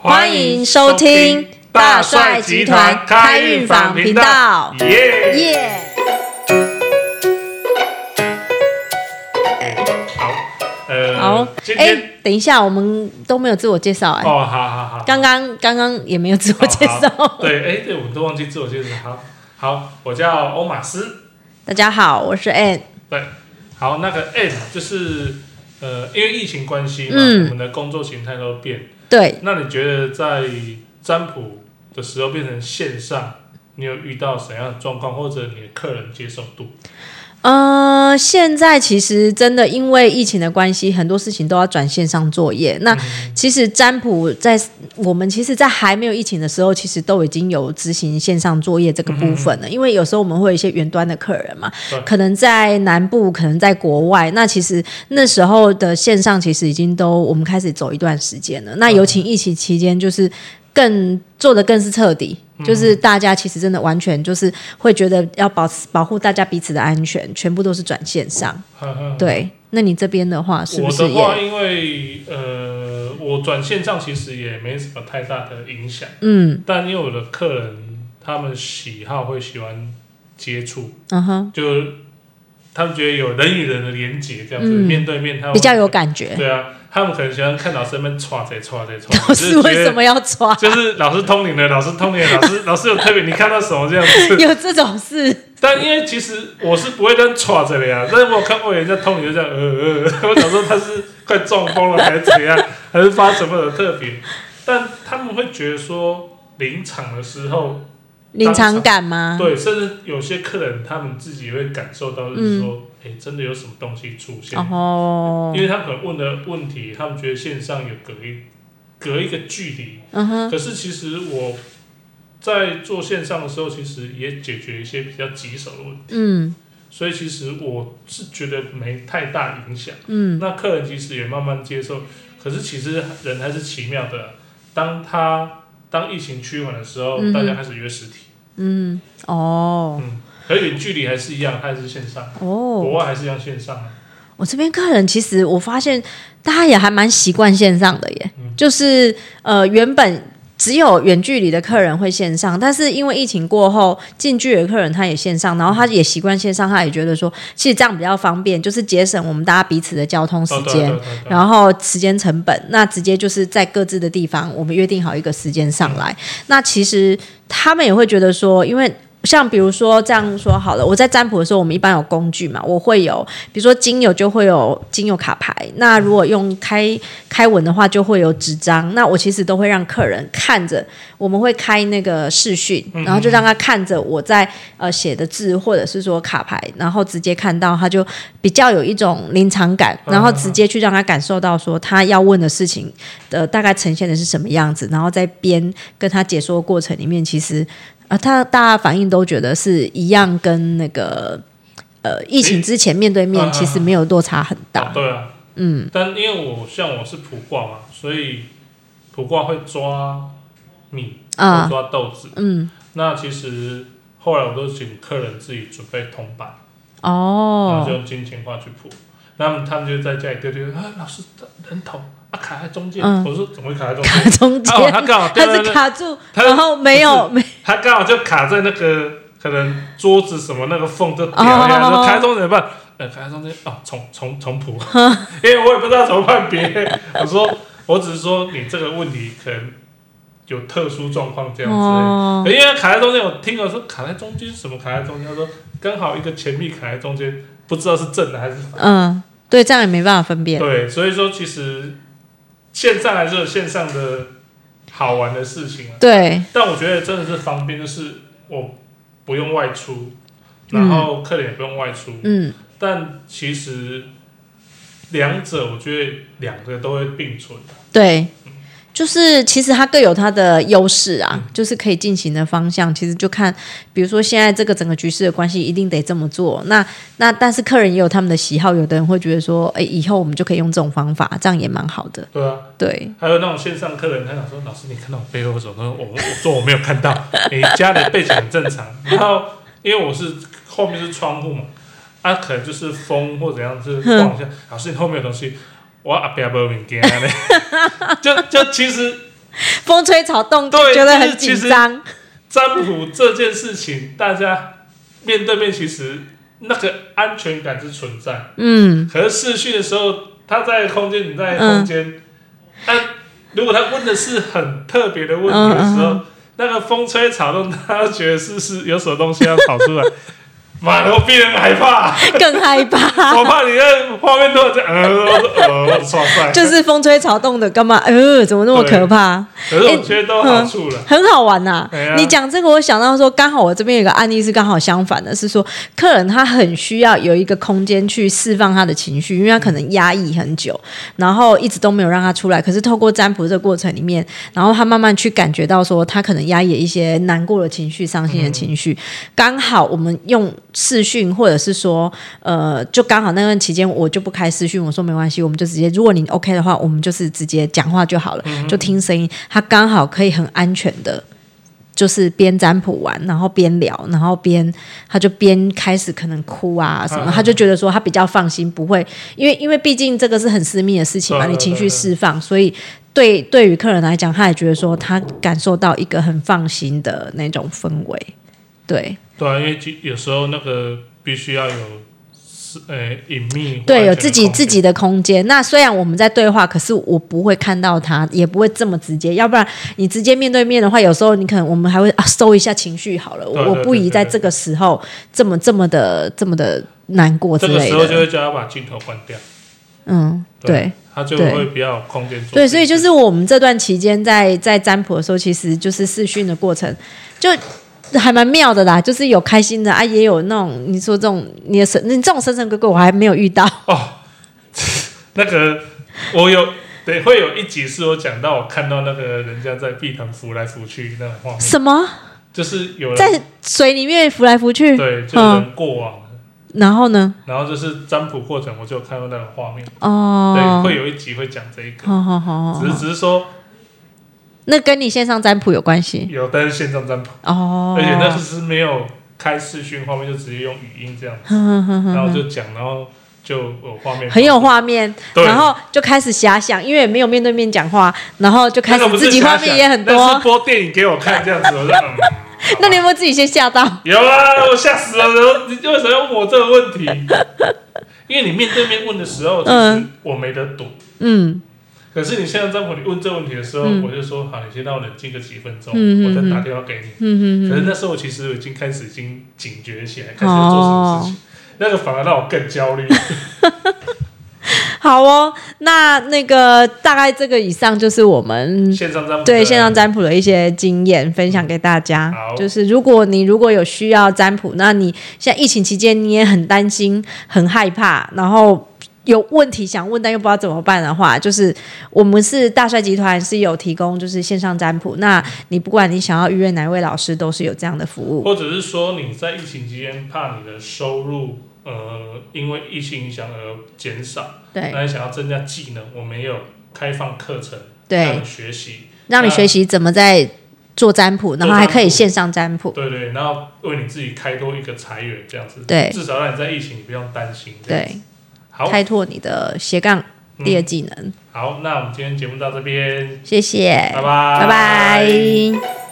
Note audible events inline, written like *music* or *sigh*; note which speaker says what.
Speaker 1: 欢迎收听大帅集团开运坊频道
Speaker 2: 耶！
Speaker 1: 耶、
Speaker 2: 好，呃，
Speaker 1: 好，
Speaker 2: 今
Speaker 1: 哎、
Speaker 2: 天
Speaker 1: 等一下，我们都没有自我介绍哎、
Speaker 2: 哦，好好好，
Speaker 1: 刚刚刚刚也没有自我介
Speaker 2: 好好
Speaker 1: 绍。
Speaker 2: 对，哎，对，我们都忘记自我介绍。好，好，我叫欧马斯。
Speaker 1: 大家好，我是 Ann。
Speaker 2: 对，好，那个 N 就是呃，因为疫情关系嘛，
Speaker 1: 嗯
Speaker 2: 我们的工作形态都变。
Speaker 1: 对，
Speaker 2: 那你觉得在占卜的时候变成线上，你有遇到怎样的状况，或者你的客人接受度？ *laughs*
Speaker 1: 呃，现在其实真的因为疫情的关系，很多事情都要转线上作业。那其实占卜在我们其实，在还没有疫情的时候，其实都已经有执行线上作业这个部分了。因为有时候我们会有一些远端的客人嘛
Speaker 2: 对，
Speaker 1: 可能在南部，可能在国外。那其实那时候的线上其实已经都我们开始走一段时间了。那尤其疫情期间，就是更做的更是彻底。就是大家其实真的完全就是会觉得要保保护大家彼此的安全，全部都是转线上。
Speaker 2: 呵呵
Speaker 1: 对，那你这边的话是不是
Speaker 2: 我的话，
Speaker 1: 也
Speaker 2: 因为呃，我转线上其实也没什么太大的影响，
Speaker 1: 嗯
Speaker 2: 但因为我的客人他们喜好会喜欢接触，
Speaker 1: 嗯哼
Speaker 2: 就他们觉得有人与人的连接，这样子、
Speaker 1: 嗯
Speaker 2: 面对面，他们
Speaker 1: 比较有感觉？
Speaker 2: 对啊，他们可能喜欢看老师们歘在歘在歘，
Speaker 1: 老 *laughs* 师为
Speaker 2: 就是
Speaker 1: 什
Speaker 2: 觉得
Speaker 1: 么要抓？
Speaker 2: 就是老师通灵了，老师通灵了，老师老师有特别，你看到什么这样子？
Speaker 1: 有这种事？
Speaker 2: 但因为其实我是不会跟歘着的呀，但是我有看过人家通灵就这样，呃呃，呃我想说他是快中风了还是怎样，还是发什么的特别，但他们会觉得
Speaker 1: 嗯
Speaker 2: 说临场的时候，
Speaker 1: 临场感吗？
Speaker 2: 对，甚至有些客人他们自己会感受到，就是说，哎、真的有什么东西出现，
Speaker 1: 哦
Speaker 2: 因，为他们可能问的问题，他们觉得线上有隔一隔一个距离，
Speaker 1: 嗯哼，
Speaker 2: 可是其实我在做线上的时候，其实也解决一些比较棘手的问题。
Speaker 1: 嗯
Speaker 2: 所以其实我是觉得没太大影响。
Speaker 1: 嗯
Speaker 2: 那客人其实也慢慢接受，可是其实人还是奇妙的啊。当他当疫情趋缓的时候，
Speaker 1: 嗯哼
Speaker 2: 大家开始约实体，
Speaker 1: 嗯，哦
Speaker 2: 嗯，可是远距离还是一样，还是线上，国
Speaker 1: 哦，
Speaker 2: 外还是一样线上啊。
Speaker 1: 我这边客人其实我发现大家也还蛮习惯线上的耶，
Speaker 2: 嗯
Speaker 1: 就是呃原本。只有远距离的客人会线上，但是因为疫情过后，近距离的客人他也线上，然后他也习惯线上，他也觉得说，其实这样比较方便，就是节省我们大家彼此的交通时
Speaker 2: 哦，对
Speaker 1: 间。
Speaker 2: 对对对。
Speaker 1: 然后时间成本，那直接就是在各自的地方，我们约定好一个时间上来。那其实他们也会觉得说，因为。像比如说这样说好了，我在占卜的时候，我们一般有工具嘛，我会有，比如说精油就会有精油卡牌，那如果用开开文的话，就会有纸张。那我其实都会让客人看着，我们会开那个视讯，然后就让他看着我在呃写的字或者是说卡牌，然后直接看到他就比较有一种临场感，
Speaker 2: 嗯
Speaker 1: 然后直接去让他感受到说他要问的事情呃大概呈现的是什么样子，然后在边跟他解说的过程里面，其实呃他大家反应都觉得是一样，跟那个呃疫情之前面对面
Speaker 2: 嗯
Speaker 1: 其实没有落差很
Speaker 2: 哦
Speaker 1: 大，，
Speaker 2: 对啊，
Speaker 1: 嗯
Speaker 2: 但因为我像我是卜卦嘛，所以卜卦会抓米，会
Speaker 1: 啊
Speaker 2: 抓豆子。
Speaker 1: 嗯
Speaker 2: 那其实后来我都请客人自己准备铜板。然后就
Speaker 1: 哦
Speaker 2: 用金钱卦去谱。那么他们就在家里丢丢，啊，老师人头啊卡在中间，
Speaker 1: 嗯
Speaker 2: 我说怎么会卡在中间？
Speaker 1: 卡中间。
Speaker 2: 哦，他刚好对
Speaker 1: 他
Speaker 2: 对
Speaker 1: 是
Speaker 2: 对，
Speaker 1: 卡住，
Speaker 2: 他
Speaker 1: 然后没有没
Speaker 2: 他刚好就卡在那个可能桌子什么那个缝就掉
Speaker 1: 哦
Speaker 2: 下来，
Speaker 1: 哦哦
Speaker 2: 说卡在中间怎么办？呃，卡在中间哦，重重重谱，因为我也不知道怎么判别。我说我只是说你这个问题可能有特殊状况这样子而已。
Speaker 1: 哦
Speaker 2: 因为卡在中间，我听我说卡在中间什么卡在中间，他说刚好一个钱币卡在中间，不知道是正的还是
Speaker 1: 嗯，对，这样也没办法分辨。
Speaker 2: 对，所以说其实线上还是有线上的好玩的事情啊。
Speaker 1: 对，
Speaker 2: 但我觉得真的是方便，就是我不用外出，然后客人也不用外出。
Speaker 1: 嗯，
Speaker 2: 但其实两者，我觉得两个都会并存。啊
Speaker 1: 对，就是其实它各有它的优势
Speaker 2: 嗯
Speaker 1: 啊，就是可以进行的方向。其实就看，比如说现在这个整个局势的关系，一定得这么做。那那但是客人也有他们的喜好，有的人会觉得说，哎，以后我们就可以用这种方法，这样也蛮好的。
Speaker 2: 对啊，
Speaker 1: 对，
Speaker 2: 还有那种线上客人，他想说：“老师，你看到我背后什么？”我我说我没有看到， *laughs* 你家里背景很正常。然后因为我是后面是窗户嘛，啊，可能就是风或怎样，就是晃一下。 *laughs* 老师，你后面有东西，我阿伯没物件呢。就就其实
Speaker 1: 风吹草动，
Speaker 2: 对
Speaker 1: 觉得
Speaker 2: 就是
Speaker 1: 很
Speaker 2: 其
Speaker 1: 紧
Speaker 2: 实
Speaker 1: 张。
Speaker 2: 占卜这件事情，大家面对面其实那个安全感是存在，
Speaker 1: 嗯，
Speaker 2: 可是视讯的时候，他在空间，你在空
Speaker 1: 嗯
Speaker 2: 间，但如果他问的是很特别的问题的时候，
Speaker 1: 嗯
Speaker 2: 那个风吹草动，他觉得是是有什么东西要跑
Speaker 1: *laughs*
Speaker 2: 出来，妈的，我比人害怕，
Speaker 1: 更害
Speaker 2: *laughs*
Speaker 1: 怕，
Speaker 2: 我怕你那画面都在呃呃，我爽帅，
Speaker 1: 就是风吹草动的，干嘛？呃，怎么那么可怕？
Speaker 2: 可是我觉得都有好处了，
Speaker 1: 很好玩呐、
Speaker 2: 哎呀
Speaker 1: 你讲这个，我想到说，刚好我这边有一个案例是刚好相反的，是说客人他很需要有一个空间去释放他的情绪，因为他可能压抑很久，然后一直都没有让他出来。可是透过占卜这个过程里面，然后他慢慢去感觉到说，他可能压抑一些难过的情绪、伤心的情绪。刚好我们用视讯，或者是说，呃，就刚好那段期间我就不开视讯，我说没关系，我们就直接，如果你 OK 的话，我们就是直接讲话就好了，就听声音，他刚好可以很安全的。就是边占卜完，然后边聊，然后边他就边开始可能哭啊什么，
Speaker 2: 嗯
Speaker 1: 他就觉得说他比较放心，不会因为因为毕竟这个是很私密的事情嘛，
Speaker 2: 对
Speaker 1: 你情绪
Speaker 2: 对对
Speaker 1: 释放，所以对对于客人来讲，他也觉得说他感受到一个很放心的那种氛围，对
Speaker 2: 对啊，因为有时候那个必须要有是呃隐秘，
Speaker 1: 对，有自己自己的空间。那虽然我们在对话，可是我不会看到他，也不会这么直接，要不然你直接面对面的话，有时候你可能我们还会啊收一下情绪好了，我
Speaker 2: 对对对
Speaker 1: 我不宜在这个时候这么这么的这么的难过之
Speaker 2: 这个
Speaker 1: 类
Speaker 2: 时候就
Speaker 1: 的，
Speaker 2: 会叫他把镜头关掉，
Speaker 1: 嗯，对。
Speaker 2: 他就
Speaker 1: 对
Speaker 2: 会比较有空间做自己的事。
Speaker 1: 对，所以就是我们这段期间在在占卜的时候，其实就是试训的过程，就还蛮妙的啦。就是有开心的啊，也有那种你说这种你的神，你这种神神鬼鬼我还没有遇到。 *laughs*
Speaker 2: 哦，那个我有对，会有一集是我讲到我看到那个人家在碧塘浮来浮去那个画面，
Speaker 1: 什么
Speaker 2: 就是有人
Speaker 1: 在水里面浮来浮去？
Speaker 2: 对，就是
Speaker 1: 嗯，
Speaker 2: 人过往了，
Speaker 1: 然后呢？
Speaker 2: 然后就是占卜过程，我就有看到那个画面，对，
Speaker 1: 哦，
Speaker 2: 会有一集会讲这一个，
Speaker 1: 好好好好
Speaker 2: 只是
Speaker 1: 好，
Speaker 2: 只是说
Speaker 1: 那跟你线上占卜有关系
Speaker 2: 有，但是线上占卜，
Speaker 1: 哦。
Speaker 2: 而且那是没有开视讯画面，就直接用语音这样，
Speaker 1: 哼哼哼哼
Speaker 2: 然后
Speaker 1: 哼
Speaker 2: 就讲，然后就有画面，
Speaker 1: 很有画面，
Speaker 2: 对
Speaker 1: 然后就开始遐想，因为也没有面对面讲话，然后就开
Speaker 2: 那
Speaker 1: 始
Speaker 2: 个不是
Speaker 1: 自己画
Speaker 2: 遐
Speaker 1: 面
Speaker 2: 想
Speaker 1: 也很
Speaker 2: 那
Speaker 1: 多
Speaker 2: 是。播电影给我看这样子，我就嗯。
Speaker 1: *laughs* 那你有没有自己先吓到？
Speaker 2: 有啊，我吓死了！然后你为什么要问我这个问
Speaker 1: *laughs*
Speaker 2: 题？因为你面对面问的时候，其实
Speaker 1: 嗯
Speaker 2: 我没得躲。
Speaker 1: 嗯
Speaker 2: 可是你现在占卜，你问这个问题的时候，
Speaker 1: 嗯
Speaker 2: 我就说好，你先让我冷静个几分钟，
Speaker 1: 嗯
Speaker 2: 我再
Speaker 1: 嗯
Speaker 2: 打电话给你。
Speaker 1: 嗯嗯
Speaker 2: 可是
Speaker 1: 嗯，
Speaker 2: 那时候我其实已经开始已经警觉起来，开始要做什么
Speaker 1: 哦
Speaker 2: 事情，那个反而让我更焦虑。
Speaker 1: 好哦。那那个大概这个以上就是我们
Speaker 2: 线上占卜
Speaker 1: 嗯对线上占卜的一些经验分享给大家
Speaker 2: 呃好。
Speaker 1: 就是如果你如果有需要占卜，那你现在疫情期间你也很担心、很害怕，然后。有问题想问但又不知道怎么办的话，就是我们是大帅集团是有提供就是线上占卜，那你不管你想要预约哪位老师，都是有这样的服务。
Speaker 2: 或者是说你在疫情期间怕你的收入呃因为疫情影响而减少，
Speaker 1: 对
Speaker 2: 那你想要增加技能，我们也有开放课程让
Speaker 1: 对
Speaker 2: 你，学习。
Speaker 1: 让你学习怎么在做占卜，然后还可
Speaker 2: 做占
Speaker 1: 以
Speaker 2: 卜
Speaker 1: 线上占卜。
Speaker 2: 对对，然后为你自己开多一个财源，这样子，
Speaker 1: 对
Speaker 2: 至少让你在疫情你不用担心。这样，
Speaker 1: 对，
Speaker 2: 好，嗯
Speaker 1: 开拓你的斜杠第二技能。
Speaker 2: 好，那我们今天节目到这边，
Speaker 1: 谢谢，
Speaker 2: 拜拜，
Speaker 1: 哎拜拜